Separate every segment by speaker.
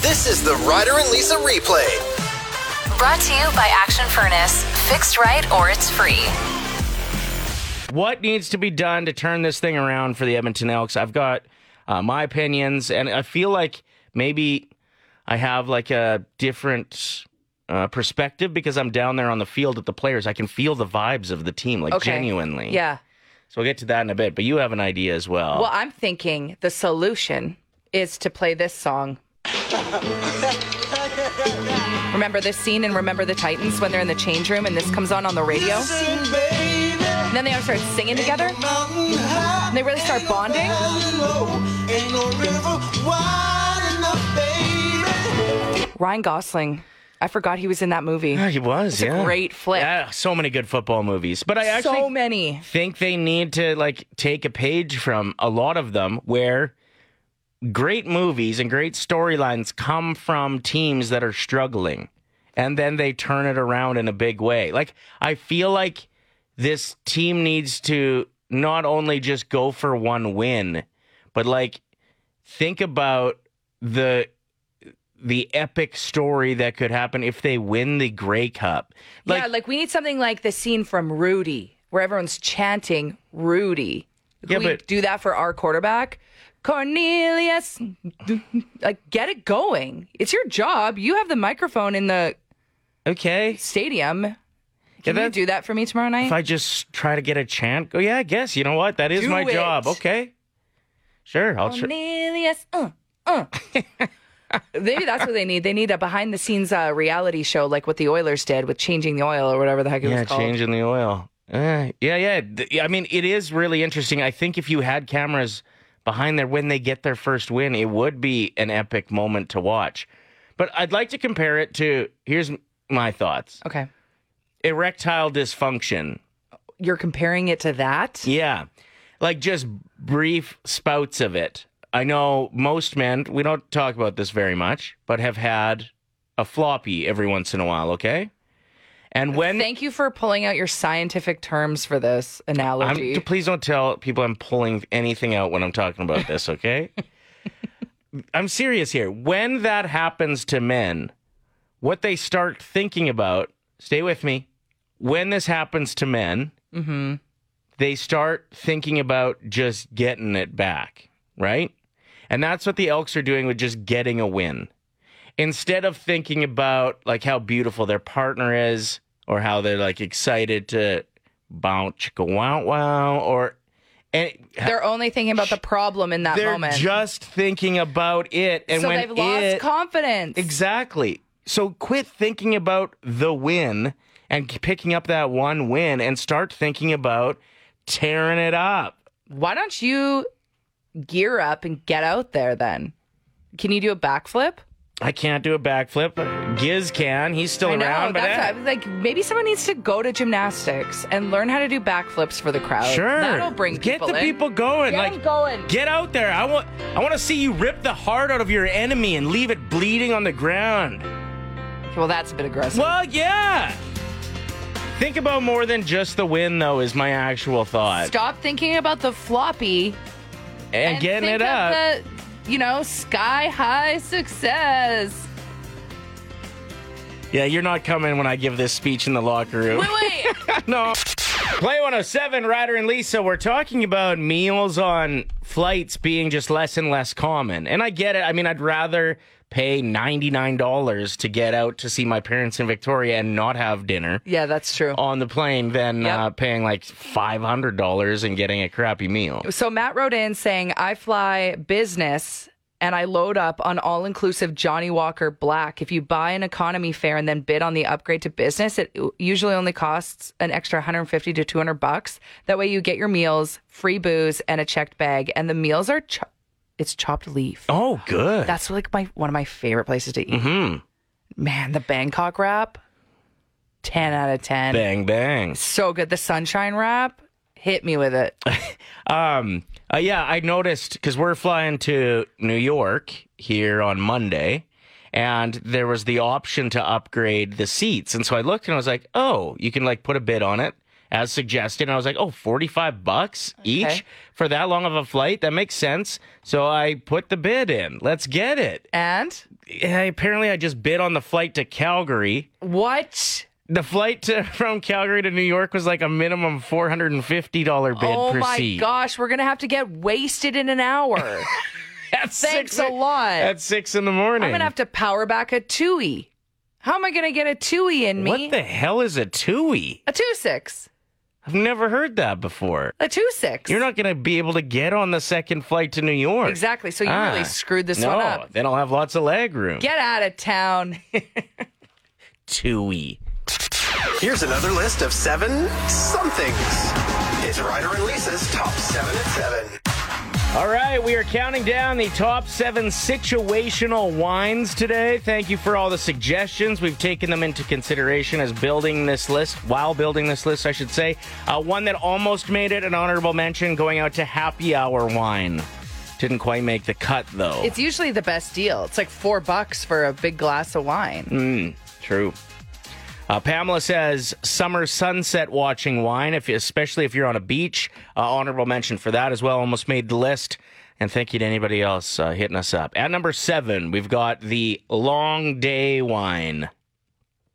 Speaker 1: This is the Ryder and Lisa replay.
Speaker 2: Brought to you by Action Furnace. Fixed right or it's free.
Speaker 3: What needs to be done to turn this thing around for the Edmonton Elks? I've got uh, my opinions, and I feel like maybe I have like a different uh, perspective because I'm down there on the field with the players. I can feel the vibes of the team, like
Speaker 4: Okay.
Speaker 3: genuinely.
Speaker 4: Yeah.
Speaker 3: So we'll get to that in a bit, but you have an idea as well.
Speaker 4: Well, I'm thinking the solution is to play this song. Remember this scene in Remember the Titans when they're in the change room and this comes on on the radio? And then they all start singing together. And they really start bonding. Ryan Gosling. I forgot he was in that movie.
Speaker 3: Yeah, he was.
Speaker 4: a
Speaker 3: yeah.
Speaker 4: great flick.
Speaker 3: Yeah, so many good football movies. But I actually
Speaker 4: So many.
Speaker 3: think they need to like take a page from a lot of them where great movies and great storylines come from teams that are struggling and then they turn it around in a big way. Like I feel like this team needs to not only just go for one win, but like think about the the epic story that could happen if they win the Grey Cup. Like,
Speaker 4: yeah, like we need something like the scene from Rudy, where everyone's chanting Rudy. Can
Speaker 3: Yeah,
Speaker 4: we
Speaker 3: but-
Speaker 4: do that for our quarterback? Cornelius, like get it going. It's your job. You have the microphone in the
Speaker 3: okay.
Speaker 4: stadium. Can you
Speaker 3: that-
Speaker 4: do that for me tomorrow night?
Speaker 3: If I just try to get a chant, go, yeah, I guess. You know what? That is
Speaker 4: Do
Speaker 3: my
Speaker 4: it. Oh,
Speaker 3: job. Okay. Sure. I'll try.
Speaker 4: Cornelius, uh, uh. Maybe that's what they need. They need a behind the scenes uh, reality show like what the Oilers did with changing the oil or whatever the heck it
Speaker 3: Yeah,
Speaker 4: was called.
Speaker 3: changing the oil. Uh, yeah, yeah. Th- I mean, it is really interesting. I think if you had cameras behind there when they get their first win, it would be an epic moment to watch. But I'd like to compare it to here's m- my thoughts
Speaker 4: Okay.
Speaker 3: erectile dysfunction.
Speaker 4: You're comparing it to that?
Speaker 3: Yeah. Like just brief spouts of it. I know most men, we don't talk about this very much, but have had a floppy every once in a while, okay? And when
Speaker 4: Thank you for pulling out your scientific terms for this
Speaker 3: I'm,
Speaker 4: analogy.
Speaker 3: please don't tell people I'm pulling anything out when I'm talking about this, okay? I'm serious here. When that happens to men, what they start thinking about, stay with me. When this happens to men, they start thinking about just getting it back, right? And that's what the Elks are doing with just getting a win. Instead of thinking about like how beautiful their partner is or how they're like excited to bounce chicka wow wow or and
Speaker 4: They're only thinking about the problem in that
Speaker 3: they're
Speaker 4: moment.
Speaker 3: just thinking about it and
Speaker 4: so
Speaker 3: when
Speaker 4: they've lost
Speaker 3: it-
Speaker 4: confidence.
Speaker 3: Exactly. So quit thinking about the win and picking up that one win and start thinking about tearing it up.
Speaker 4: Why don't you gear up and get out there then? Can you do a backflip?
Speaker 3: I can't do a backflip. Giz can. He's still
Speaker 4: I know.
Speaker 3: around, but
Speaker 4: that's
Speaker 3: eh,
Speaker 4: I was like maybe someone needs to go to gymnastics and learn how to do backflips for the crowd.
Speaker 3: sure.
Speaker 4: That'll bring
Speaker 3: get
Speaker 4: people
Speaker 3: the
Speaker 4: in.
Speaker 3: people going.
Speaker 4: Get 'em
Speaker 3: like
Speaker 4: going.
Speaker 3: get out there. I want I want to see you rip the heart out of your enemy and leave it bleeding on the ground.
Speaker 4: Well, that's a bit aggressive.
Speaker 3: Well, yeah. Think about more than just the win, though, is my actual thought.
Speaker 4: Stop thinking about the floppy
Speaker 3: and, getting
Speaker 4: think
Speaker 3: it up.
Speaker 4: of the, you know, sky high success.
Speaker 3: Yeah, you're not coming when I give this speech in the locker room.
Speaker 4: Wait, wait.
Speaker 3: no. Play 107, Ryder and Lisa, we're talking about meals on flights being just less and less common. And I get it. I mean, I'd rather pay $99 to get out to see my parents in Victoria and not have dinner
Speaker 4: yeah, that's true.
Speaker 3: on the plane than
Speaker 4: Yep.
Speaker 3: uh, paying like $500 and getting a crappy meal.
Speaker 4: So Matt wrote in saying, I fly business and I load up on all inclusive Johnny Walker Black. If you buy an economy fare and then bid on the upgrade to business, it usually only costs an extra 150 to 200 bucks. That way you get your meals, free booze, and a checked bag. And the meals are, cho- it's chopped leaf.
Speaker 3: Oh, good.
Speaker 4: That's like my one of my favorite places to eat.
Speaker 3: Hmm.
Speaker 4: Man, the Bangkok wrap, 10 out of 10.
Speaker 3: Bang, bang.
Speaker 4: So good. The sunshine wrap, hit me with it.
Speaker 3: Um, uh, yeah, I noticed because we're flying to New York here on Monday, and there was the option to upgrade the seats. And so I looked and I was like, oh, you can like put a bid on it as suggested. And I was like, oh, 45 bucks each for that long of a flight? That makes sense. So I put the bid in. Let's get it.
Speaker 4: And
Speaker 3: Yeah, apparently, I just bid on the flight to Calgary.
Speaker 4: what?
Speaker 3: The flight to, from Calgary to New York was like a minimum $450 bid
Speaker 4: oh
Speaker 3: per
Speaker 4: my
Speaker 3: seat.
Speaker 4: gosh, we're gonna have to get wasted in an hour.
Speaker 3: That's
Speaker 4: Thanks
Speaker 3: six,
Speaker 4: a lot.
Speaker 3: At six in the morning.
Speaker 4: I'm gonna have to power back a twoie. How am I gonna get a twoie in me?
Speaker 3: What the hell is a TUI?
Speaker 4: a two six.
Speaker 3: I've never heard that before.
Speaker 4: A two six.
Speaker 3: You're not going to be able to get on the second flight to New York.
Speaker 4: exactly. So you
Speaker 3: Ah,
Speaker 4: really screwed this
Speaker 3: no,
Speaker 4: one up.
Speaker 3: then I'll have lots of leg room.
Speaker 4: Get out of town.
Speaker 3: TUI.
Speaker 1: Here's another list of seven somethings. It's Ryder and Lisa's top seven at seven.
Speaker 3: All right, we are counting down the top seven situational wines today. Thank you for all the suggestions. We've taken them into consideration as building this list, while building this list, I should say. Uh, one that almost made it an honorable mention going out to Happy Hour Wine. Didn't quite make the cut, though.
Speaker 4: It's usually the best deal. It's like four bucks for a big glass of wine.
Speaker 3: Mm. True. Uh, Pamela says summer sunset watching wine, if especially if you're on a beach. Uh, honorable mention for that as well. Almost made the list. And thank you to anybody else uh, hitting us up. At number seven, we've got the long day wine.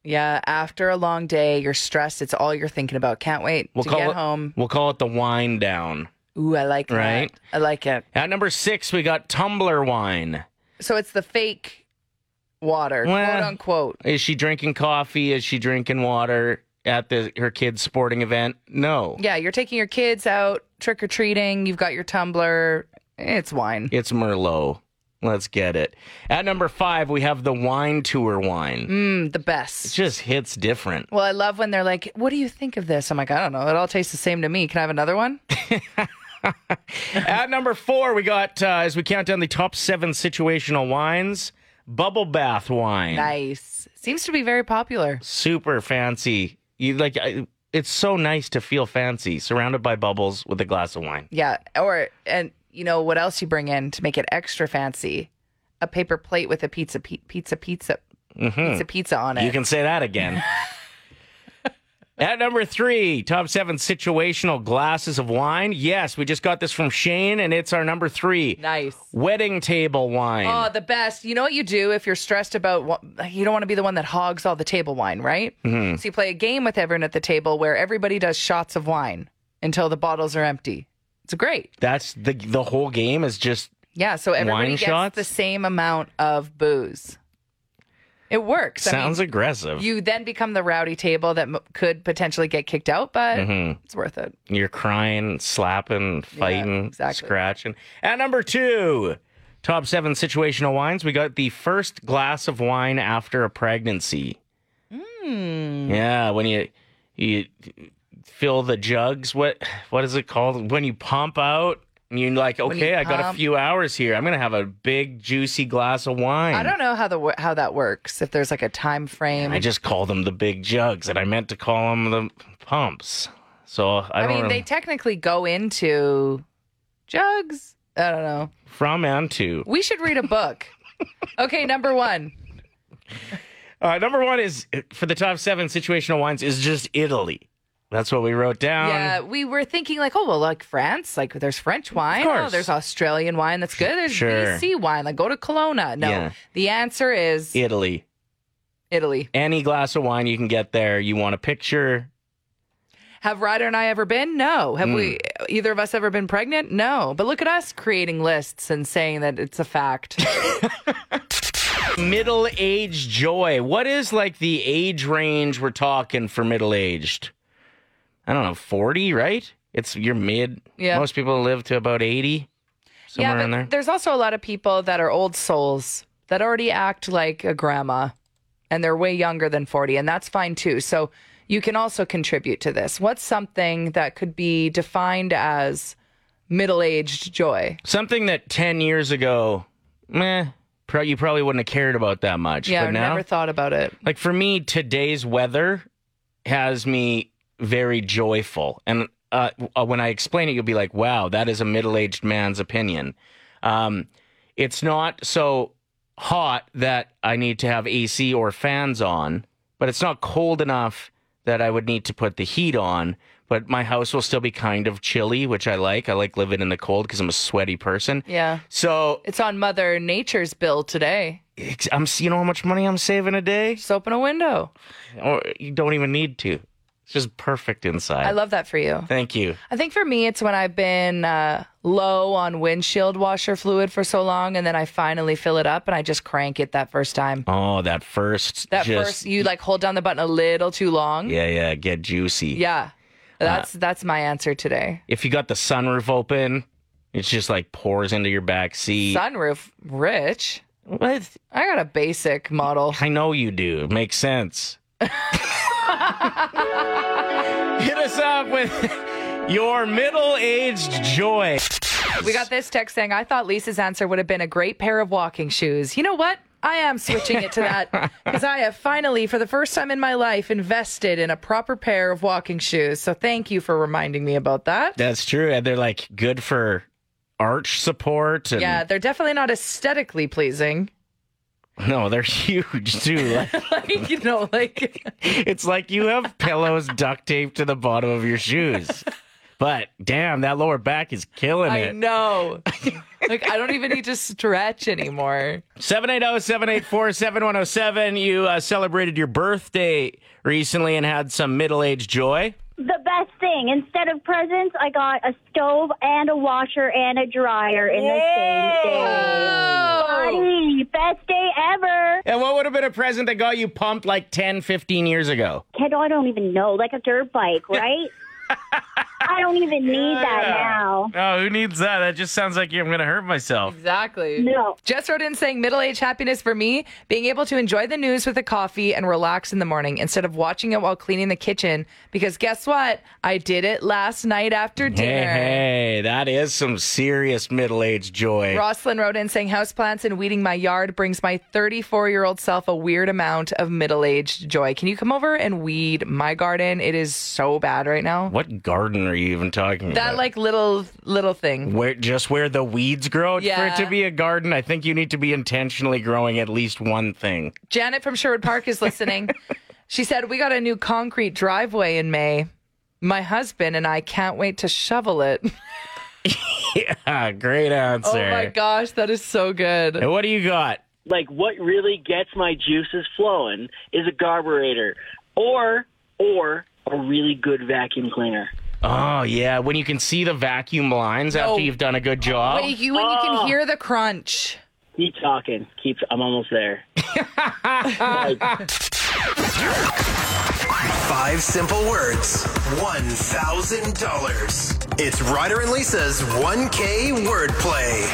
Speaker 4: Yeah, after a long day, you're stressed. It's all you're thinking about. Can't wait to get
Speaker 3: it,
Speaker 4: home.
Speaker 3: We'll call it the wine down.
Speaker 4: Ooh, I like
Speaker 3: Right?
Speaker 4: that. I like it.
Speaker 3: At number six, we got tumbler wine.
Speaker 4: So it's the fake water,
Speaker 3: Well-
Speaker 4: quote unquote.
Speaker 3: Is she drinking coffee? Is she drinking water at the her kid's sporting event? No.
Speaker 4: Yeah, you're taking your kids out trick or treating. You've got your tumbler. It's wine.
Speaker 3: It's Merlot. Let's get it. At number five, we have the wine tour wine.
Speaker 4: Mm, the
Speaker 3: It
Speaker 4: best.
Speaker 3: just hits different.
Speaker 4: Well, I love when they're like, "What do you think of this?" I'm like, "I don't know. It all tastes the same to me. Can I have another one?"
Speaker 3: At number four, we got, uh, as we count down the top seven situational wines, bubble bath wine.
Speaker 4: nice. Seems to be very popular.
Speaker 3: Super fancy. You like, I, it's so nice to feel fancy, surrounded by bubbles with a glass of wine.
Speaker 4: Yeah. Or and you know what else you bring in to make it extra fancy? A paper plate with a pizza pi- pizza pizza pizza pizza on it.
Speaker 3: You can say that again. At number three, top seven situational glasses of wine. Yes, we just got this from Shane, and it's our number three.
Speaker 4: nice.
Speaker 3: Wedding table wine.
Speaker 4: Oh, the best. You know what you do if you're stressed about what you don't want to be the one that hogs all the table wine, right?
Speaker 3: Mm-hmm.
Speaker 4: So you play a game with everyone at the table where everybody does shots of wine until the bottles are empty. It's great.
Speaker 3: That's the the whole game is just
Speaker 4: Yeah, so everybody
Speaker 3: Wine
Speaker 4: gets
Speaker 3: shots?
Speaker 4: the same amount of booze. It works. I mean,
Speaker 3: sounds aggressive.
Speaker 4: you then become the rowdy table that m- could potentially get kicked out, but
Speaker 3: Mm-hmm.
Speaker 4: it's worth it.
Speaker 3: You're crying, slapping, fighting,
Speaker 4: exactly.
Speaker 3: scratching. At number two, top seven situational wines. We got the first glass of wine after a pregnancy.
Speaker 4: Hmm.
Speaker 3: Yeah, when you you fill the jugs. What what is it called? When you pump out. And you're like,
Speaker 4: you
Speaker 3: okay, I got a
Speaker 4: pump-
Speaker 3: few hours here. I'm gonna have a big juicy glass of wine.
Speaker 4: I don't know how the wo- how that works. If there's like a time frame,
Speaker 3: Hmm. I just call them the big jugs, and I meant to call them the pumps. So I,
Speaker 4: I
Speaker 3: don't
Speaker 4: mean,
Speaker 3: know.
Speaker 4: they technically go into jugs. I don't know.
Speaker 3: from and to.
Speaker 4: We should read a book. okay, number one.
Speaker 3: Uh, number one is for the top seven situational wines is just Italy. That's what we wrote down.
Speaker 4: Yeah, we were thinking like, oh well, like France, like there's French wine. Oh,
Speaker 3: course.
Speaker 4: there's Australian wine that's good. There's
Speaker 3: Sure.
Speaker 4: BC wine. Like go to Kelowna. No,
Speaker 3: Yeah.
Speaker 4: the answer is
Speaker 3: Italy.
Speaker 4: Italy.
Speaker 3: Any glass of wine you can get there. You want a picture?
Speaker 4: Have Ryder and I ever been? No.
Speaker 3: Hmm.
Speaker 4: Have we either of us ever been pregnant? No. But look at us creating lists and saying that it's a fact.
Speaker 3: Middle age joy. What is like the age range we're talking for middle aged? I don't know, 40, right? It's your mid.
Speaker 4: Yeah.
Speaker 3: Most people live to about 80, somewhere
Speaker 4: yeah, but
Speaker 3: in there.
Speaker 4: there's also a lot of people that are old souls that already act like a grandma and they're way younger than 40 and that's fine too. So you can also contribute to this. What's something that could be defined as middle-aged joy?
Speaker 3: Something that 10 years ago, meh, pro- you probably wouldn't have cared about that much.
Speaker 4: Yeah,
Speaker 3: but
Speaker 4: I
Speaker 3: now,
Speaker 4: never thought about it.
Speaker 3: Like for me, today's weather has me very joyful. And uh, uh, when I explain it, you'll be like, wow, that is a middle aged man's opinion. Um, it's not so hot that I need to have AC or fans on, but it's not cold enough that I would need to put the heat on. but my house will still be kind of chilly, which I like. I like living in the cold because I'm a sweaty person.
Speaker 4: Yeah.
Speaker 3: So
Speaker 4: It's on Mother Nature's bill today.
Speaker 3: it's- I'm, you know how much money I'm saving a day?
Speaker 4: Just open a window.
Speaker 3: Or you don't even need to. It's just perfect inside.
Speaker 4: I love that for you.
Speaker 3: Thank you.
Speaker 4: I think for me, it's when I've been uh, low on windshield washer fluid for so long, and then I finally fill it up and I just crank it that first time.
Speaker 3: Oh, that first.
Speaker 4: That
Speaker 3: just-
Speaker 4: first, you like hold down the button a little too long.
Speaker 3: Yeah, Uh, yeah. Get juicy.
Speaker 4: Yeah. That's that's my answer today.
Speaker 3: If you got the sunroof open, it's just like pours into your back seat.
Speaker 4: Sunroof, rich.
Speaker 3: What?
Speaker 4: I got a basic model.
Speaker 3: I know you do. It makes sense. Hit us up with your middle aged joy.
Speaker 4: We got this text saying, I thought Lisa's answer would have been a great pair of walking shoes. You know what? I am switching it to that because I have finally, for the first time in my life, invested in a proper pair of walking shoes. So thank you for reminding me about that.
Speaker 3: That's true. And they're like good for arch support. And
Speaker 4: Yeah, they're definitely not aesthetically pleasing.
Speaker 3: No, they're huge too. Like,
Speaker 4: Like, you know, like,
Speaker 3: it's like you have pillows duct taped to the bottom of your shoes. But damn, that lower back is killing
Speaker 4: I
Speaker 3: it.
Speaker 4: know. Like, I don't even need to stretch anymore.
Speaker 3: 780-784-7107. You uh, celebrated your birthday recently and had some middle-aged joy.
Speaker 5: the best thing. Instead of presents, I got a stove and a washer and a dryer in the same day. Buddy, best day ever.
Speaker 3: And what would have been a present that got you pumped like 10, 15 years ago?
Speaker 5: Kid, I don't even know. Like a dirt bike, right? I don't even need that now.
Speaker 3: Oh, who needs that? That just sounds like I'm going to hurt myself.
Speaker 4: Exactly.
Speaker 5: No.
Speaker 4: Jess wrote in saying middle age happiness for me, being able to enjoy the news with a coffee and relax in the morning instead of watching it while cleaning the kitchen. Because guess what? I did it last night after
Speaker 3: Hey,
Speaker 4: dinner.
Speaker 3: hey, that is some serious middle-aged joy.
Speaker 4: Roslyn wrote in saying houseplants and weeding my yard brings my 34 year old self a weird amount of middle aged joy. Can you come over and weed my garden? It is so bad right now.
Speaker 3: what garden are you even talking about?
Speaker 4: That like little little thing.
Speaker 3: where just where the weeds grow for
Speaker 4: Yeah.
Speaker 3: it to be a garden i think you need to be intentionally growing at least one thing
Speaker 4: Janet from Sherwood Park is listening. she said, We got a new concrete driveway in May. My husband and I can't wait to shovel it.
Speaker 3: yeah great answer
Speaker 4: Oh my gosh, that is so good.
Speaker 3: and what do you got
Speaker 6: like what really gets my juices flowing is a carburetor or or a really good vacuum cleaner.
Speaker 3: Oh yeah, when you can see the vacuum lines after you've done a good job.
Speaker 4: Wait, you, when you can hear the crunch.
Speaker 6: Keep talking. Keep I'm almost there.
Speaker 1: Five simple words, $1,000. It's Ryder and Lisa's 1K wordplay.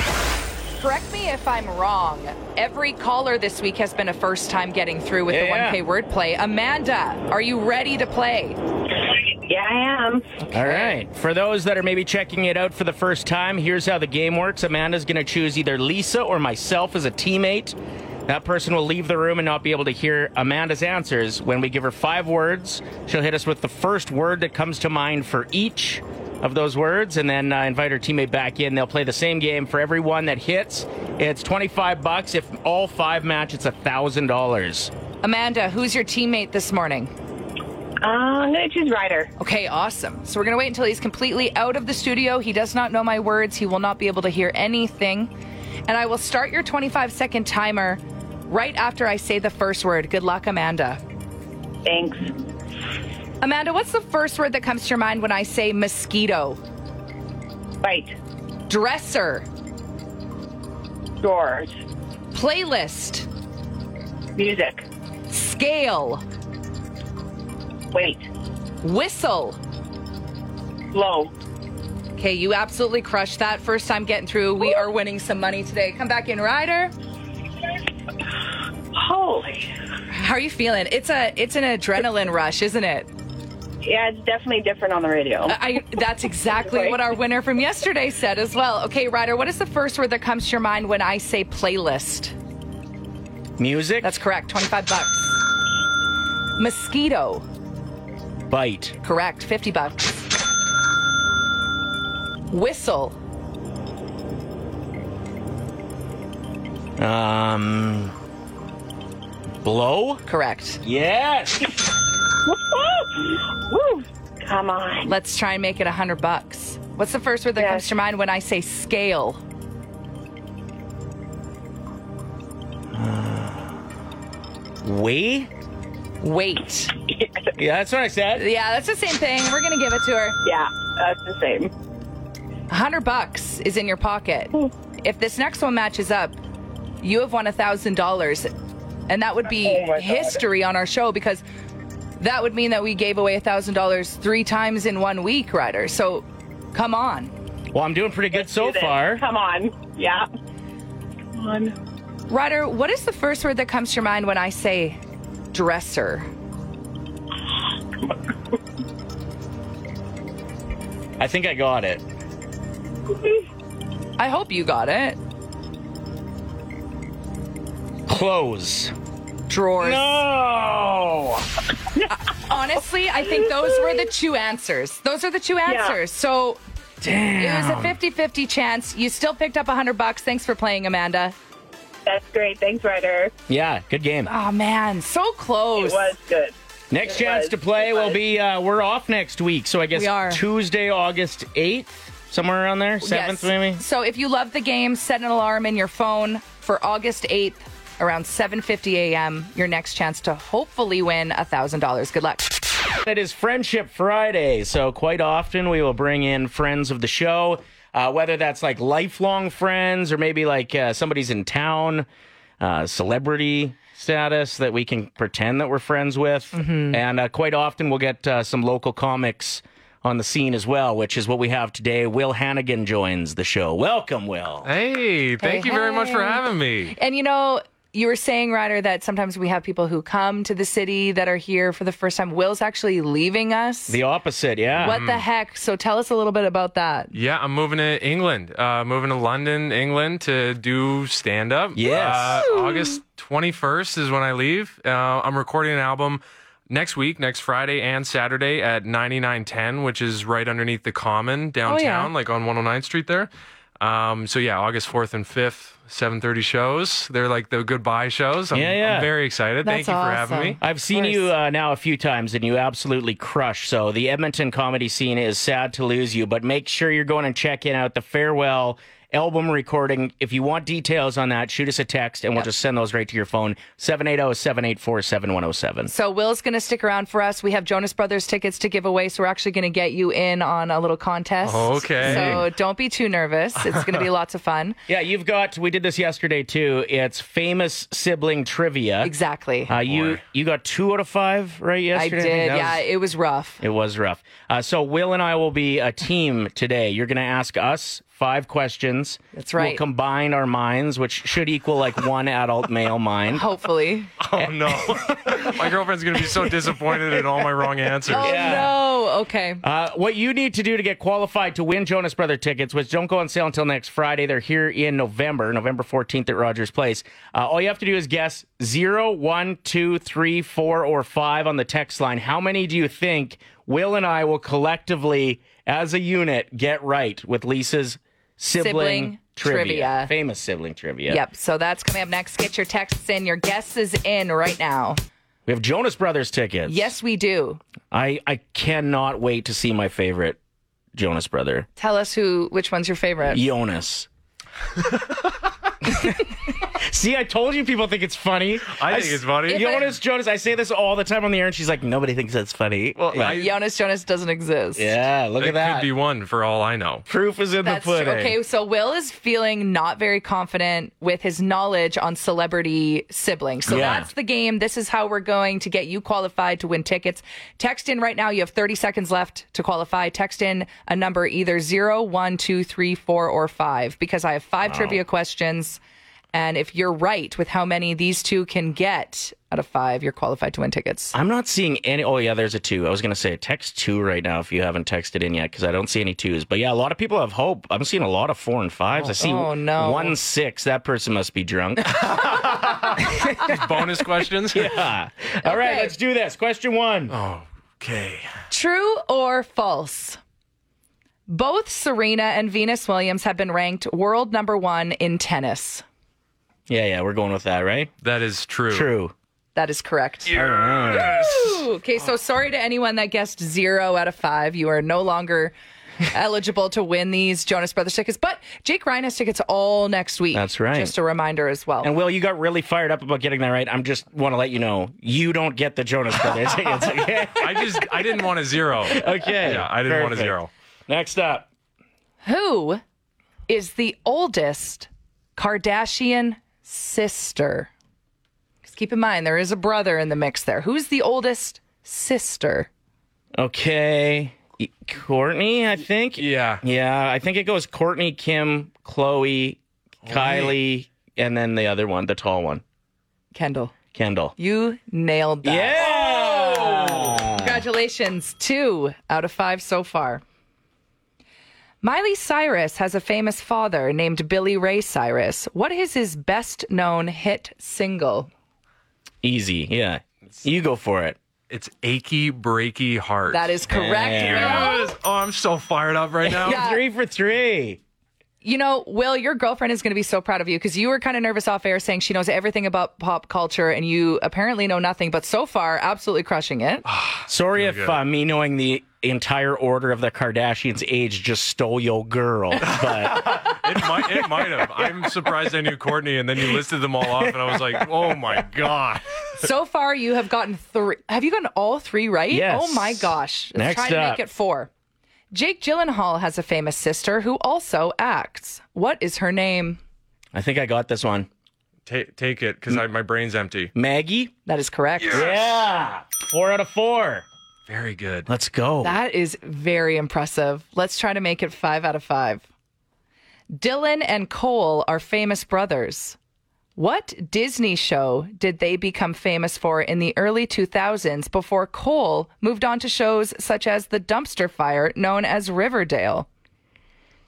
Speaker 4: Correct me if I'm wrong. Every caller this week has been a first time getting through with
Speaker 3: Yeah.
Speaker 4: the 1K wordplay. Amanda, are you ready to play?
Speaker 7: Yeah, I am.
Speaker 3: All right. For those that are maybe checking it out for the first time, here's how the game works. Amanda's going to choose either Lisa or myself as a teammate. That person will leave the room and not be able to hear Amanda's answers. When we give her five words, she'll hit us with the first word that comes to mind for each of those words, and then uh, invite her teammate back in. They'll play the same game for every one that hits. It's twenty-five bucks. If all five match, it's a thousand dollars.
Speaker 4: Amanda, who's your teammate this morning?
Speaker 7: Uh, I'm going to choose Ryder.
Speaker 4: Okay, awesome. So we're going to wait until he's completely out of the studio. He does not know my words. He will not be able to hear anything. And I will start your 25 second timer right after I say the first word. Good luck, Amanda.
Speaker 7: Thanks.
Speaker 4: Amanda, what's the first word that comes to your mind when I say mosquito?
Speaker 7: Bite.
Speaker 4: Dresser,
Speaker 7: Drawers.
Speaker 4: playlist,
Speaker 7: Music.
Speaker 4: scale,
Speaker 7: Weight.
Speaker 4: whistle.
Speaker 7: Low.
Speaker 4: Okay, you absolutely crushed that. First time getting through. We are winning some money today. Come back in, Ryder.
Speaker 7: Holy.
Speaker 4: How are you feeling? It's a it's an adrenaline rush, isn't it?
Speaker 7: Yeah, it's definitely different on the radio.
Speaker 4: I, that's exactly
Speaker 7: Right.
Speaker 4: what our winner from yesterday said as well. Okay, Ryder, what is the first word that comes to your mind when I say playlist?
Speaker 3: Music.
Speaker 4: That's correct. 25 bucks. Mosquito.
Speaker 3: bite.
Speaker 4: Correct. 50 bucks. Whistle.
Speaker 3: Um, blow.
Speaker 4: Correct.
Speaker 3: Yes.
Speaker 7: Woo! Come on.
Speaker 4: Let's try and make it a hundred bucks. What's the first word that
Speaker 7: Yes.
Speaker 4: comes to mind when I say scale?
Speaker 3: We?
Speaker 4: Weight.
Speaker 3: Yeah, that's what I said.
Speaker 4: Yeah, that's the same thing. We're gonna give it to her.
Speaker 7: Yeah, that's the same.
Speaker 4: A hundred bucks is in your pocket.
Speaker 7: Hmm.
Speaker 4: If this next one matches up, you have won a thousand dollars, and that would be
Speaker 7: Oh my God.
Speaker 4: history on our show because that would mean that we gave away a thousand dollars three times in one week, Ryder. So, come on.
Speaker 3: Well, I'm doing pretty good so
Speaker 7: Do this.
Speaker 3: far.
Speaker 7: Come on. Yeah. Come on.
Speaker 4: Ryder, what is the first word that comes to your mind when I say dresser?
Speaker 3: I think I got it.
Speaker 4: I hope you got it.
Speaker 3: Clothes.
Speaker 4: Drawers.
Speaker 3: No!
Speaker 4: Honestly, I think those were the two answers. Those are the two answers. So it was a
Speaker 3: Damn.
Speaker 4: 50 50 chance. You still picked up 100 bucks. Thanks for playing, Amanda.
Speaker 7: That's great. Thanks, Ryder.
Speaker 3: Yeah, good game.
Speaker 4: Oh, man. So
Speaker 7: It
Speaker 4: close.
Speaker 7: was good.
Speaker 3: Next
Speaker 7: It
Speaker 3: chance
Speaker 7: was-
Speaker 3: to play
Speaker 7: it
Speaker 3: will
Speaker 7: was.
Speaker 3: be uh, we're off next week, so I guess
Speaker 4: We are.
Speaker 3: Tuesday, August eighth, somewhere around there, seventh
Speaker 4: Yes.
Speaker 3: maybe.
Speaker 4: So if you love the game, set an alarm in your phone for August 8th around 7.50 a.m. Your next chance to hopefully win $1,000. Good luck.
Speaker 3: It is Friendship Friday, so quite often we will bring in friends of the show, uh, whether that's like lifelong friends or maybe like uh, somebody's in town, uh, celebrity status that we can pretend that we're friends with. And uh, quite often we'll get uh, some local comics on the scene as well, which is what we have today. Will Hannigan joins the show. Welcome, Will.
Speaker 8: Hey, thank
Speaker 4: Hey,
Speaker 8: you very much for
Speaker 4: hey.
Speaker 8: having me.
Speaker 4: And you know, you were saying, Ryder, that sometimes we have people who come to the city that are here for the first time. Will's actually leaving us.
Speaker 3: The opposite, yeah.
Speaker 4: what the heck? So tell us a little bit about that.
Speaker 8: Yeah, I'm moving to England. Uh, moving to London, England to do stand up.
Speaker 3: Yes.
Speaker 8: Uh, August 21st is when I leave. Uh, I'm recording an album next week, next Friday and Saturday at 9910, which is right underneath the Common downtown,
Speaker 4: Oh,
Speaker 8: like on 109th Street there. Um, so yeah, August 4th and 5th, 7:30 shows. They're like the goodbye shows. I'm,
Speaker 3: Yeah, yeah.
Speaker 8: I'm very excited.
Speaker 4: That's
Speaker 8: thank you for having
Speaker 4: awesome.
Speaker 8: me.
Speaker 3: I've seen you uh, now a few times, and you absolutely crush. So the Edmonton comedy scene is sad to lose you, but make sure you're going and checking out the farewell album recording. If you want details on that, shoot us a text, and we'll just send those right to your phone oh, 780-784-7107.
Speaker 4: So Will's going to stick around for us. We have Jonas Brothers tickets to give away, so we're actually going to get you in on a little contest.
Speaker 8: Okay.
Speaker 4: So don't be too nervous. It's going to be lots of fun.
Speaker 3: Yeah, you've got. We did this yesterday too. It's famous sibling trivia.
Speaker 4: Exactly.
Speaker 3: Uh, you you got two out of five right
Speaker 4: I
Speaker 3: yesterday.
Speaker 4: did.
Speaker 3: think that was-
Speaker 4: yeah, it was rough.
Speaker 3: It was rough. Uh, so Will and I will be a team today. You're going to ask us five questions.
Speaker 4: That's right.
Speaker 3: We'll combine our minds, which should equal like one adult male mind.
Speaker 4: Hopefully.
Speaker 8: Oh no. my girlfriend's going to be so disappointed at all my wrong answers.
Speaker 4: Oh, no. Okay.
Speaker 3: Uh, what you need to do to get qualified to win Jonas Brother tickets, which don't go on sale until next Friday. They're here in November, November 14th at Rogers Place. Uh, all you have to do is guess zero, one, two, three, four, or 5 on the text line. How many do you think Will and I will collectively, as a unit, get right with Lisa's sibling,
Speaker 4: Sibling
Speaker 3: trivia.
Speaker 4: trivia.
Speaker 3: Famous sibling trivia.
Speaker 4: Yep. So that's coming up next. Get your texts in, your guesses in right now.
Speaker 3: We have Jonas Brothers tickets.
Speaker 4: Yes, we do.
Speaker 3: I, I cannot wait to see my favorite Jonas Brother,
Speaker 4: Tell us who, which one's your favorite.
Speaker 3: Jonas. see, I told you people think it's funny.
Speaker 8: I think
Speaker 3: s-
Speaker 8: it's funny.
Speaker 3: Jonas, Jonas, I say this all the time on the air, and she's like, nobody thinks that's funny. Well,
Speaker 8: I-
Speaker 4: Jonas Jonas doesn't exist.
Speaker 3: yeah, look
Speaker 8: it
Speaker 3: at that.
Speaker 8: could be one for all I know.
Speaker 3: Proof is in
Speaker 4: That's
Speaker 3: the
Speaker 4: true.
Speaker 3: pudding.
Speaker 4: Okay, so Will is feeling not very confident with his knowledge on celebrity siblings. So
Speaker 3: Yeah.
Speaker 4: that's the game. This is how we're going to get you qualified to win tickets. Text in right now. You have 30 seconds left to qualify. Text in a number either 0, 1, 2, 3, 4, or 5 because I have five trivia questions. And if you're right with how many these two can get out of five, you're qualified to win tickets.
Speaker 3: I'm not seeing any. Oh yeah, there's a two. I was gonna say text two right now if you haven't texted in yet because I don't see any twos. But yeah, a lot of people have hope. I'm seeing a lot of four and fives. I see
Speaker 4: Oh, no.
Speaker 3: one six. That person must be drunk.
Speaker 8: Bonus questions?
Speaker 3: Ah. All right,
Speaker 4: Okay.
Speaker 3: let's do this. Question one.
Speaker 8: Oh. Okay.
Speaker 4: True or false? Both Serena and Venus Williams have been ranked world number one in tennis.
Speaker 3: Yeah, yeah, we're going with that, right?
Speaker 8: That is true.
Speaker 3: True.
Speaker 4: That is correct.
Speaker 8: Yes.
Speaker 4: Ooh, okay,
Speaker 3: Oh.
Speaker 4: so sorry to anyone that guessed zero out of five. You are no longer eligible to win these Jonas Brothers tickets, but Jake Ryan has tickets all next week.
Speaker 3: That's right.
Speaker 4: Just a reminder as well.
Speaker 3: And Will, you got really fired up about getting that right. I'm just want to let you know you don't get the Jonas Brothers tickets. Okay.
Speaker 8: I just I didn't want a zero.
Speaker 3: okay.
Speaker 8: Yeah, I didn't want a
Speaker 3: Perfect.
Speaker 8: zero.
Speaker 3: Next up,
Speaker 4: Who is the oldest Kardashian sister? Just keep in mind there is a brother in the mix there. Who's the oldest sister?
Speaker 3: okay, E- Courtney. I think.
Speaker 8: Yeah.
Speaker 3: Yeah, I think it goes Courtney, Kim, Chloe, Kylie, and then the other one, the tall one,
Speaker 4: Kendall.
Speaker 3: Kendall.
Speaker 4: You nailed that.
Speaker 8: Oh!
Speaker 3: Yeah.
Speaker 4: Congratulations. Two out of five so far. Miley Cyrus has a famous father named Billy Ray Cyrus. What is his best known hit single?
Speaker 3: Easy. Yeah. You go for it.
Speaker 8: It's achy breaky heart.
Speaker 4: That is correct.
Speaker 3: Yeah.
Speaker 4: Will.
Speaker 8: Yes. Oh, I'm so fired up right now.
Speaker 4: Yeah.
Speaker 3: Three for three.
Speaker 4: You know, Will, your girlfriend is going to be so proud of you because you were kind of nervous off air saying she knows everything about pop culture and you apparently know nothing, but so far, absolutely crushing it.
Speaker 3: Sorry if
Speaker 8: good.
Speaker 3: uh, me knowing the entire order of the Kardashians' age just stole your girl, but
Speaker 8: It might it might have. I'm surprised I knew Courtney and then you listed them all off and I was like, "Oh my god."
Speaker 4: so far, you have gotten three. Have you gotten all three right?
Speaker 3: Yes.
Speaker 4: Oh my gosh. Let's
Speaker 3: Next
Speaker 4: try to
Speaker 3: up.
Speaker 4: make it four. Jake Gyllenhaal has a famous sister who also acts. What is her name?
Speaker 3: I think I got this one.
Speaker 8: Take take it cuz my brain's empty.
Speaker 3: Maggie?
Speaker 4: That is correct.
Speaker 3: Yeah. Four out of four.
Speaker 8: Very good.
Speaker 3: Let's go.
Speaker 4: That is very impressive. Let's try to make it five out of five. Dylan and Cole are famous brothers. What Disney show did they become famous for in the early 2000s before Cole moved on to shows such as The Dumpster Fire, known as Riverdale?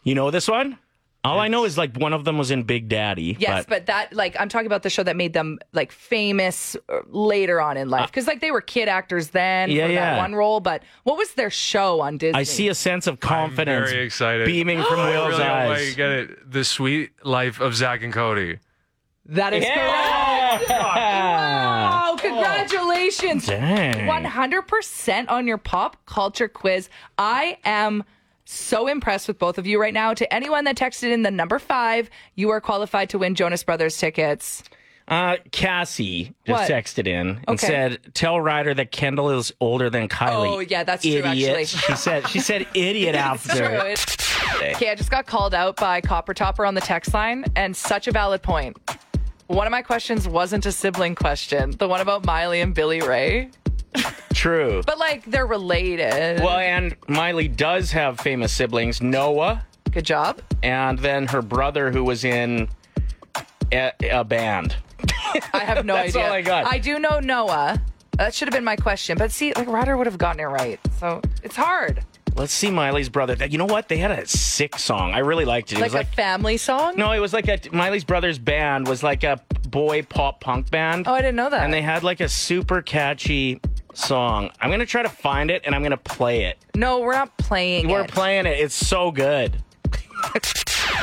Speaker 3: you know this one? All I know is like one of them was in Big Daddy.
Speaker 4: Yes, but, that like I'm talking about the show that made them like famous uh, later on in life because like they were kid actors then
Speaker 3: Uh, Yeah,
Speaker 4: for
Speaker 3: yeah.
Speaker 4: that one role. But what was their show on Disney?
Speaker 3: I see a sense of confidence
Speaker 8: very excited.
Speaker 3: beaming from
Speaker 8: I
Speaker 3: Will's
Speaker 8: really don't know why you
Speaker 3: eyes.
Speaker 8: get it. The sweet life of Zach and Cody.
Speaker 4: that is correct. Wow! Congratulations,
Speaker 3: Dang.
Speaker 4: 100% on your pop culture quiz. I am so impressed with both of you right now. To anyone that texted in the number five, you are qualified to win Jonas Brothers tickets.
Speaker 3: Uh, Cassie just
Speaker 4: What?
Speaker 3: texted in and
Speaker 4: Okay.
Speaker 3: said, "Tell Ryder that Kendall is older than Kylie."
Speaker 4: Oh, yeah, that's true,
Speaker 3: idiot.
Speaker 4: actually.
Speaker 3: She said she said idiot
Speaker 4: It's true.
Speaker 3: after.
Speaker 4: It- Okay, I just got called out by Copper Topper on the text line, and such a valid point. One of my questions wasn't a sibling question, the one about Miley and Billy Ray,
Speaker 3: True.
Speaker 4: but like they're related.
Speaker 3: Well, and Miley does have famous siblings, Noah,
Speaker 4: Good job.
Speaker 3: and then her brother who was in a, a band.
Speaker 4: I have no
Speaker 3: That's
Speaker 4: idea.
Speaker 3: all I got.
Speaker 4: do know Noah. That should have been my question, but see, like Ryder would have gotten it right, so it's hard.
Speaker 3: Let's see Miley's brother. That- You know what? They had a sick song. I really liked it. It
Speaker 4: Like,
Speaker 3: was like
Speaker 4: a family song.
Speaker 3: no, it was like a Miley's brother's band was like a boy pop punk band.
Speaker 4: Oh, I didn't know that.
Speaker 3: and they had like a super catchy song. I'm gonna try to find it and I'm gonna play it.
Speaker 4: no, we're not playing.
Speaker 3: We're
Speaker 4: it.
Speaker 3: playing it. It's so good.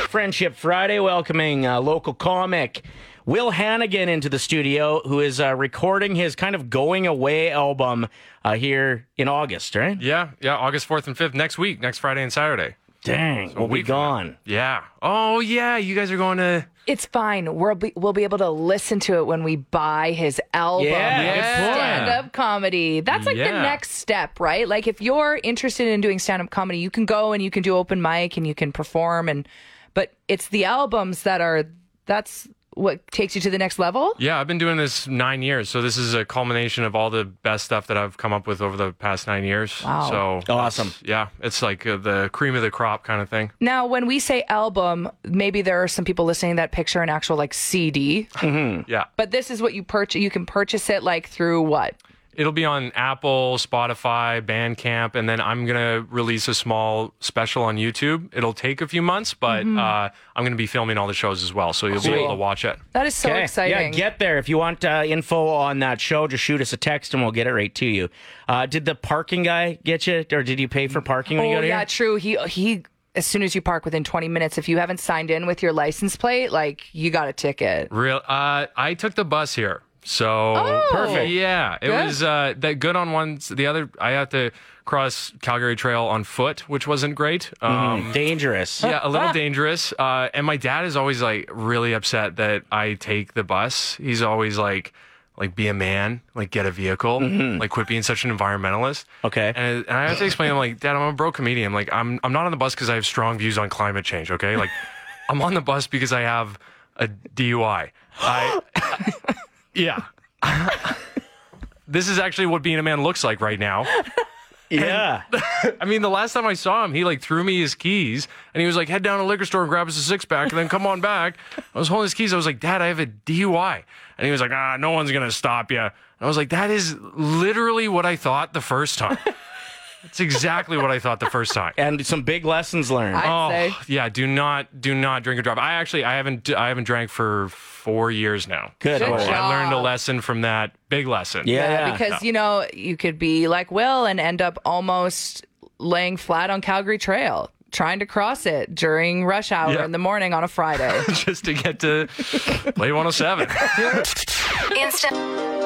Speaker 3: Friendship Friday welcoming uh, local comic Will Hannigan into the studio, who is uh, recording his kind of going away album uh, here in August, right?
Speaker 8: Yeah, yeah, August 4th and 5th next week, next Friday and Saturday.
Speaker 3: Dang, we'll be
Speaker 8: week from now.
Speaker 3: gone.
Speaker 8: Yeah. Oh yeah, you guys are going to
Speaker 4: It's fine. We'll be we'll be able to listen to it when we buy his album.
Speaker 3: Yeah, good point.
Speaker 4: stand up comedy. That's like the
Speaker 8: Yeah.
Speaker 4: next step, right? Like if you're interested in doing stand up comedy, you can go and you can do open mic and you can perform and but it's the albums that are that's what takes you to the next level.
Speaker 8: Yeah, I've been doing this nine years, so this is a culmination of all the best stuff that I've come up with over the past nine years.
Speaker 4: Wow.
Speaker 8: So
Speaker 3: Awesome.
Speaker 8: it's- Yeah, it's like uh, the cream of the crop kind of thing.
Speaker 4: Now, when we say album, maybe there are some people listening that picture an actual like CD,
Speaker 3: Hmm.
Speaker 8: Yeah,
Speaker 4: but this is what you purchase. You can purchase it like through what?
Speaker 8: it'll be on Apple, Spotify, Bandcamp, and then I'm gonna release a small special on YouTube. It'll take a few months, but
Speaker 4: Mm-hmm.
Speaker 8: uh, I'm gonna be filming all the shows as well, so you'll be able to watch it.
Speaker 4: That is so
Speaker 3: Okay. Yeah,
Speaker 4: exciting.
Speaker 3: get there. If you want uh, info on that show, just shoot us a text and we'll get it right to you. Uh, did the parking guy get you, or did you pay for parking when you
Speaker 4: oh
Speaker 3: got here?
Speaker 4: yeah, true. He he. As soon as you park within 20 minutes, if you haven't signed in with your license plate, like you got a ticket.
Speaker 8: Real, uh, I took the bus here So
Speaker 4: Oh. Perfect.
Speaker 8: Yeah, it
Speaker 4: Good.
Speaker 8: was uh, that good on one. The other, I had to cross Calgary Trail on foot, which wasn't great. Um,
Speaker 3: Dangerous.
Speaker 8: yeah, a little dangerous. Uh, and my dad is always like really upset that I take the bus. He's always like, like be a man, like get a vehicle, like quit being such an environmentalist.
Speaker 3: Mm-hmm. Okay.
Speaker 8: And, and I have to explain, I'm like, Dad, I'm a broke comedian. Like, I'm I'm not on the bus because I have strong views on climate change. Okay, like, I'm on the bus because I have a DUI. I, yeah. this is actually what being a man looks like right now.
Speaker 3: Yeah.
Speaker 8: I mean, the last time I saw him, he like threw me his keys and he was like, head down to the liquor store and grab us a six pack and then come on back. I was holding his keys. I was like, Dad, I have a DUI. And he was like, ah, no one's going to stop you. And I was like, that is literally what I thought the first time. That's exactly what I thought the first time. Oh,
Speaker 3: and some big lessons learned.
Speaker 4: I- I'd say.
Speaker 8: yeah, do not do not drink or drive. I actually I haven't I haven't drank for 4 years now.
Speaker 3: Good
Speaker 8: So
Speaker 3: Good
Speaker 8: I
Speaker 4: job.
Speaker 8: learned a lesson from that. Big lesson.
Speaker 3: yeah.
Speaker 4: Yeah, because you know you could be like Will and end up almost laying flat on Calgary Trail trying to cross it during rush hour
Speaker 8: Yeah.
Speaker 4: in the morning on a Friday.
Speaker 8: Just to get to Play 107.
Speaker 2: Instant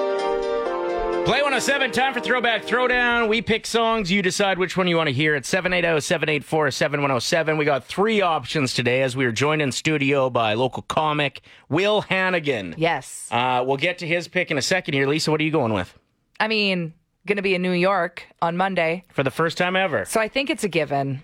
Speaker 3: Play 107, time for Throwback Throwdown. We pick songs, you decide which one you want to hear at oh, 780 784 7107. We got three options today as we are joined in studio by local comic Will Hannigan.
Speaker 4: yes.
Speaker 3: Uh, we'll get to his pick in a second here. Lisa, what are you going with?
Speaker 4: I mean, going to be in New York on Monday.
Speaker 3: For the first time ever.
Speaker 4: So I think it's a given.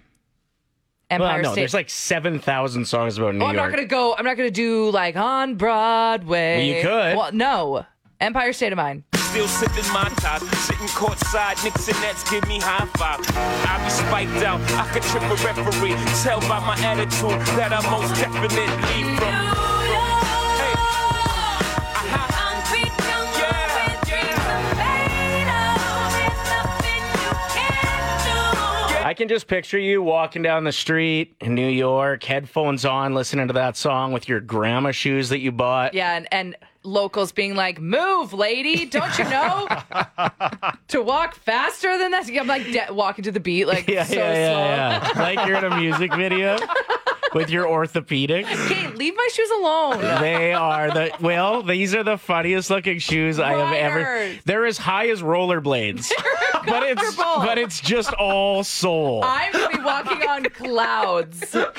Speaker 3: Well,
Speaker 4: Empire
Speaker 3: no,
Speaker 4: State.
Speaker 3: there's like 7,000 songs about New
Speaker 4: oh, I'm
Speaker 3: York.
Speaker 4: not going to go. I'm not going to do like on Broadway.
Speaker 3: Well, you could.
Speaker 4: Well, no. Empire State of Mind.
Speaker 9: Still sipping my top, sitting courtside. Knicks and Nets give me high five. I be spiked out, I could trip a referee. Tell by my attitude that I most definitely from. Hey. Aha.
Speaker 3: I can just picture you walking down the street in New York, headphones on, listening to that song with your grandma shoes that you bought.
Speaker 4: Yeah, and, and locals being like, "Move, lady! Don't you know to walk faster than that?" I'm like de- walking to the beat, like
Speaker 3: yeah,
Speaker 4: so
Speaker 3: yeah,
Speaker 4: slow.
Speaker 3: yeah, yeah. like you're in a music video with your orthopedics.
Speaker 4: Okay, leave my shoes alone.
Speaker 3: They are the well. These are the funniest looking shoes I have ever.
Speaker 4: Liars.
Speaker 3: They're as high as rollerblades, but it's
Speaker 4: comfortable.
Speaker 3: but it's just all soul.
Speaker 4: I'm gonna be walking on clouds.
Speaker 3: Uh,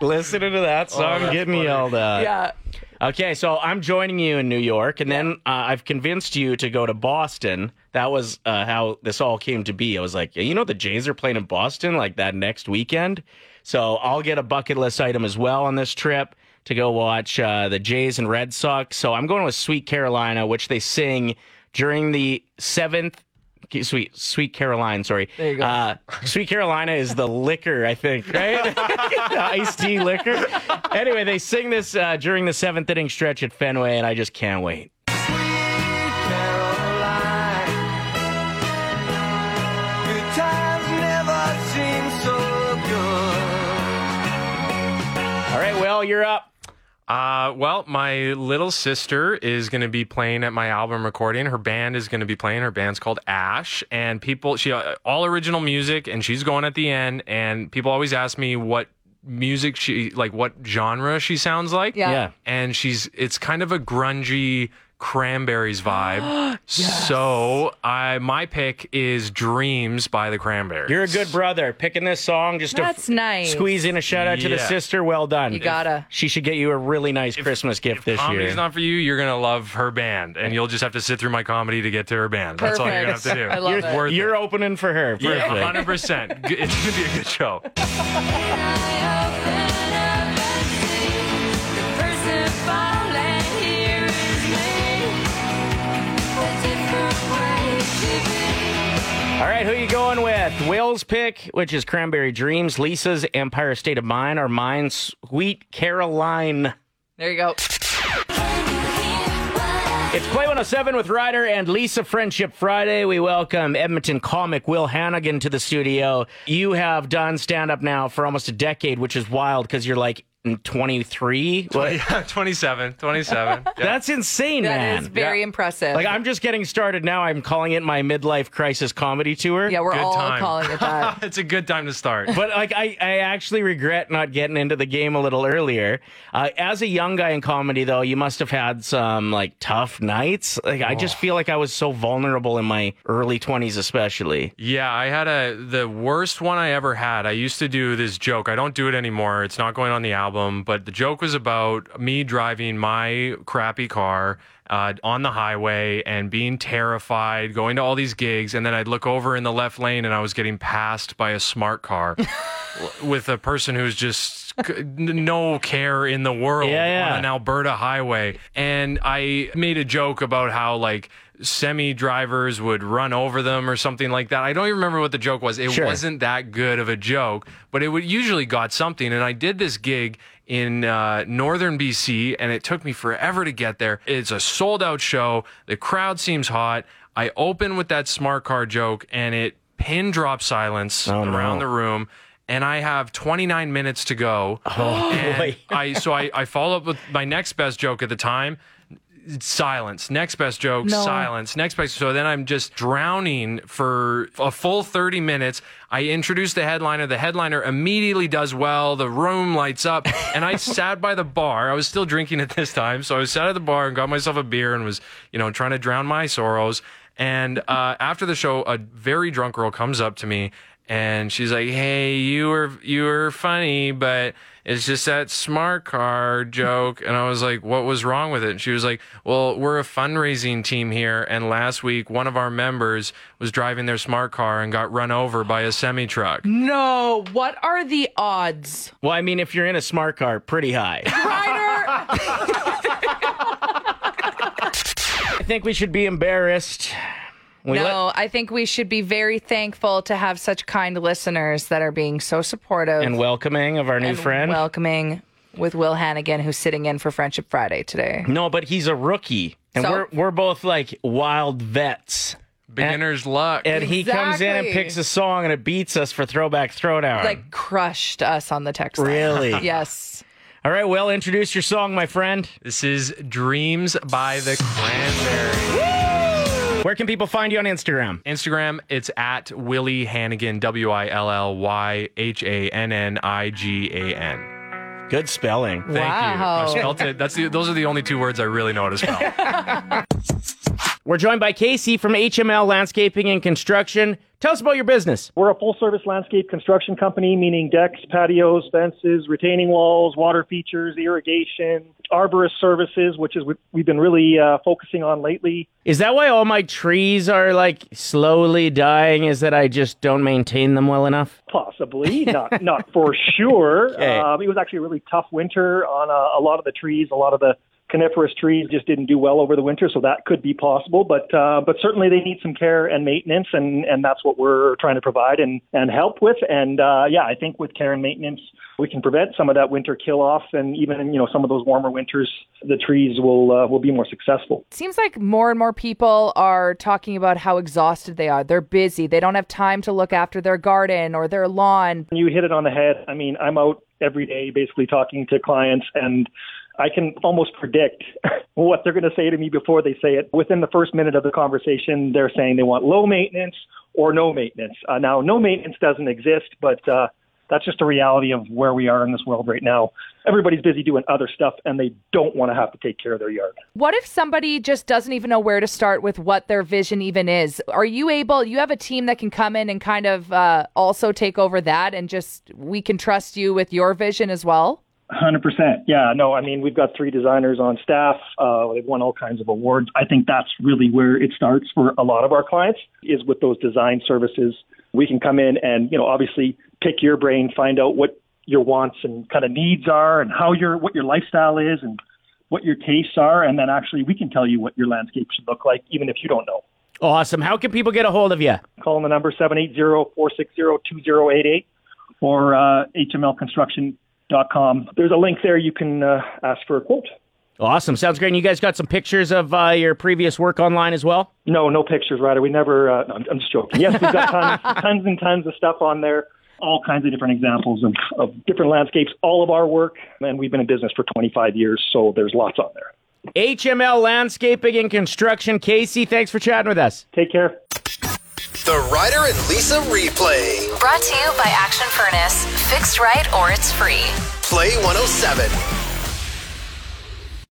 Speaker 3: Listening to that song,
Speaker 8: that's
Speaker 3: get me all that.
Speaker 4: Oh, Yeah,
Speaker 3: Okay, so I'm joining you in New York, and then uh, I've convinced you to go to Boston. That was uh, how this all came to be. I was like, you know, the Jays are playing in Boston like that next weekend, so I'll get a bucket list item as well on this trip to go watch uh, the Jays and Red Sox. So I'm going with Sweet Carolina, which they sing during the seventh. Sweet, Sweet Caroline. Sorry, there
Speaker 4: you go.
Speaker 3: Uh, Sweet Carolina is the liquor, I think, right? the iced tea liquor. Anyway, they sing this uh, during the seventh inning stretch at Fenway, and I just can't wait.
Speaker 9: Good times never seem so good.
Speaker 3: All right, well, you're up.
Speaker 8: Uh, well, my little sister is going to be playing at my album recording. Her band is going to be playing. Her band's called Ash, and people she uh, all original music, and she's going at the end. And people always ask me what music she like, what genre she sounds like.
Speaker 4: Yeah.
Speaker 3: Yeah.
Speaker 8: and she's it's kind of a grungy cranberries vibe. So I my pick is Dreams by the Cranberries.
Speaker 3: You're a good brother picking this song just
Speaker 4: That's
Speaker 3: to f-
Speaker 4: nice.
Speaker 3: squeeze in a shout out to the
Speaker 8: Yeah.
Speaker 3: sister. Well done.
Speaker 4: You gotta.
Speaker 3: She should get you a really nice Christmas gift this
Speaker 8: Comedy's
Speaker 3: year.
Speaker 8: not for you. You're gonna love her band, and you'll just have to sit through my comedy to get to her band. That's all you're gonna have
Speaker 4: Perfect.
Speaker 8: to do.
Speaker 4: I love
Speaker 8: it's
Speaker 4: it.
Speaker 8: worth
Speaker 3: you're
Speaker 8: it.
Speaker 3: opening for her. Perfect.
Speaker 8: Yeah, 100. percent It's gonna be a good show.
Speaker 3: All right, who you going with? Will's pick, which is Cranberry Dreams. Lisa's Empire State of Mind. Or mine's Sweet Caroline.
Speaker 4: there you go.
Speaker 3: It's Play 107 with Ryder and Lisa Friendship Friday. We welcome Edmonton comic Will Hannigan to the studio. You have done stand up now for almost a decade, which is wild because you're like 23. What?
Speaker 8: Yeah, 27, 27. Yeah.
Speaker 3: That's insane,
Speaker 4: That
Speaker 3: man.
Speaker 4: is very impressive.
Speaker 3: Like I'm just getting started now. I'm calling it my midlife crisis comedy tour.
Speaker 4: yeah, we're
Speaker 8: Good
Speaker 4: all
Speaker 8: time.
Speaker 4: calling it that.
Speaker 8: it's a good time to start.
Speaker 3: But like I, I actually regret not getting into the game a little earlier. Uh, as a young guy in comedy, though, you must have had some like tough nights. Like I just feel like I was so vulnerable in my early 20s, especially.
Speaker 8: Yeah, I had a the worst one I ever had. I used to do this joke. I don't do it anymore. It's not going on the album, but the joke was about me driving my crappy car uh, on the highway and being terrified, going to all these gigs, and then I'd look over in the left lane and I was getting passed by a smart car with a person who's just c- n- no care in the world
Speaker 3: Yeah, yeah.
Speaker 8: on an Alberta highway. And I made a joke about how like semi drivers would run over them or something like that. I don't even remember what the joke was. It
Speaker 3: Sure.
Speaker 8: wasn't that good of a joke, but it would usually got something. And I did this gig in uh, northern BC and it took me forever to get there. It's a sold out show. The crowd seems hot. I open with that smart car joke and it pin drop silence
Speaker 3: Oh, no.
Speaker 8: around the room and I have 29 minutes to go. Oh,
Speaker 3: boy.
Speaker 8: I so I, I follow up with my next best joke at the time. Silence. Next best joke.
Speaker 4: No.
Speaker 8: Silence. Next best. So then I'm just drowning for a full 30 minutes. I introduce the headliner. The headliner immediately does well. The room lights up, and I sat by the bar. I was still drinking at this time, so I was sat at the bar and got myself a beer and was, you know, trying to drown my sorrows. And uh, after the show, a very drunk girl comes up to me and she's like, "Hey, you were you were funny, but it's just that smart car joke." And I was like, "What was wrong with it?" And she was like, "Well, we're a fundraising team here, and last week one of our members was driving their smart car and got run over by a semi truck."
Speaker 4: no, what are the odds?
Speaker 3: Well, I mean, if you're in a smart car, pretty high.
Speaker 4: Ryder,
Speaker 3: I think we should be embarrassed. We
Speaker 4: no, I think we should be very thankful to have such kind listeners that are being so supportive
Speaker 3: and welcoming of our new
Speaker 4: and
Speaker 3: friend.
Speaker 4: welcoming with Will Hannigan, who's sitting in for Friendship Friday today.
Speaker 3: no, but he's a rookie, and
Speaker 4: So?
Speaker 3: we're we're both like wild vets.
Speaker 8: Beginner's luck.
Speaker 3: And he comes in and
Speaker 4: Exactly.
Speaker 3: picks a song and it beats us for Throwback Throwdown.
Speaker 4: Like crushed us on the text. line.
Speaker 3: Really?
Speaker 4: Yes.
Speaker 3: All right, well, introduce your song, my friend.
Speaker 8: this is Dreams by the Cranberries.
Speaker 3: Where can people find you on Instagram?
Speaker 8: Instagram, it's at Willie Hannigan, W I L L Y H A N N I G A N.
Speaker 3: Good spelling.
Speaker 8: Thank
Speaker 4: Wow.
Speaker 8: you. I spelled it. That's the, those are the only two words I really know how to spell.
Speaker 3: We're joined by Casey from HML Landscaping and Construction. Tell us about your business.
Speaker 10: We're a full service landscape construction company, meaning decks, patios, fences, retaining walls, water features, irrigation, arborist services, which is what we've been really uh, focusing on lately.
Speaker 3: Is that why all my trees are like slowly dying? Is that I just don't maintain them well enough?
Speaker 10: Possibly, not not for sure.
Speaker 3: Okay.
Speaker 10: Um, it was actually a really tough winter on uh, a, a lot of the trees. A lot of the coniferous trees just didn't do well over the winter, so that could be possible. But uh, but certainly they need some care and maintenance, and and that's what we're trying to provide and and help with. And uh, yeah, I think with care and maintenance, we can prevent some of that winter kill off, and even you know some of those warmer winters, the trees will uh, will be more successful.
Speaker 4: seems like more and more people are talking about how exhausted they are. They're busy. They don't have time to look after their garden or their lawn.
Speaker 10: You hit it on the head. I mean, I'm out every day basically talking to clients and I can almost predict what they're going to say to me before they say it. Within the first minute of the conversation, they're saying they want low maintenance or no maintenance. Uh, now, no maintenance doesn't exist, but uh, that's just a reality of where we are in this world right now. Everybody's busy doing other stuff and they don't want to have to take care of their yard.
Speaker 4: What if somebody just doesn't even know where to start with what their vision even is? Are you able, you have a team that can come in and kind of uh, also take over that and just, we can trust you with your vision as well?
Speaker 10: Hundred percent. Yeah. No. I mean, we've got three designers on staff. Uh, they've won all kinds of awards. I think that's really where it starts for a lot of our clients is with those design services. We can come in and you know obviously pick your brain, find out what your wants and kind of needs are, and how your what your lifestyle is, and what your tastes are, and then actually we can tell you what your landscape should look like, even if you don't know.
Speaker 3: Awesome. How can people get a hold of you?
Speaker 10: Call the number seven eight zero four six zero two zero eight eight or uh, hmlconstruction.com. There's a link there. You can uh, ask for a quote.
Speaker 3: Awesome. Sounds great. And you guys got some pictures of uh, your previous work online as well?
Speaker 10: No, no pictures, Ryder. We never. Uh, no, I'm, I'm just joking. Yes, we've got tons, tons and tons of stuff on there. all kinds of different examples of, of different landscapes, all of our work. And we've been in business for 25 years, so there's lots on there.
Speaker 3: HML Landscaping and Construction. Casey, thanks for chatting with us.
Speaker 10: Take care.
Speaker 1: The Ryder and Lisa replay. oh
Speaker 2: Brought to you by Action Furnace. Fixed right or it's free.
Speaker 1: Play 107.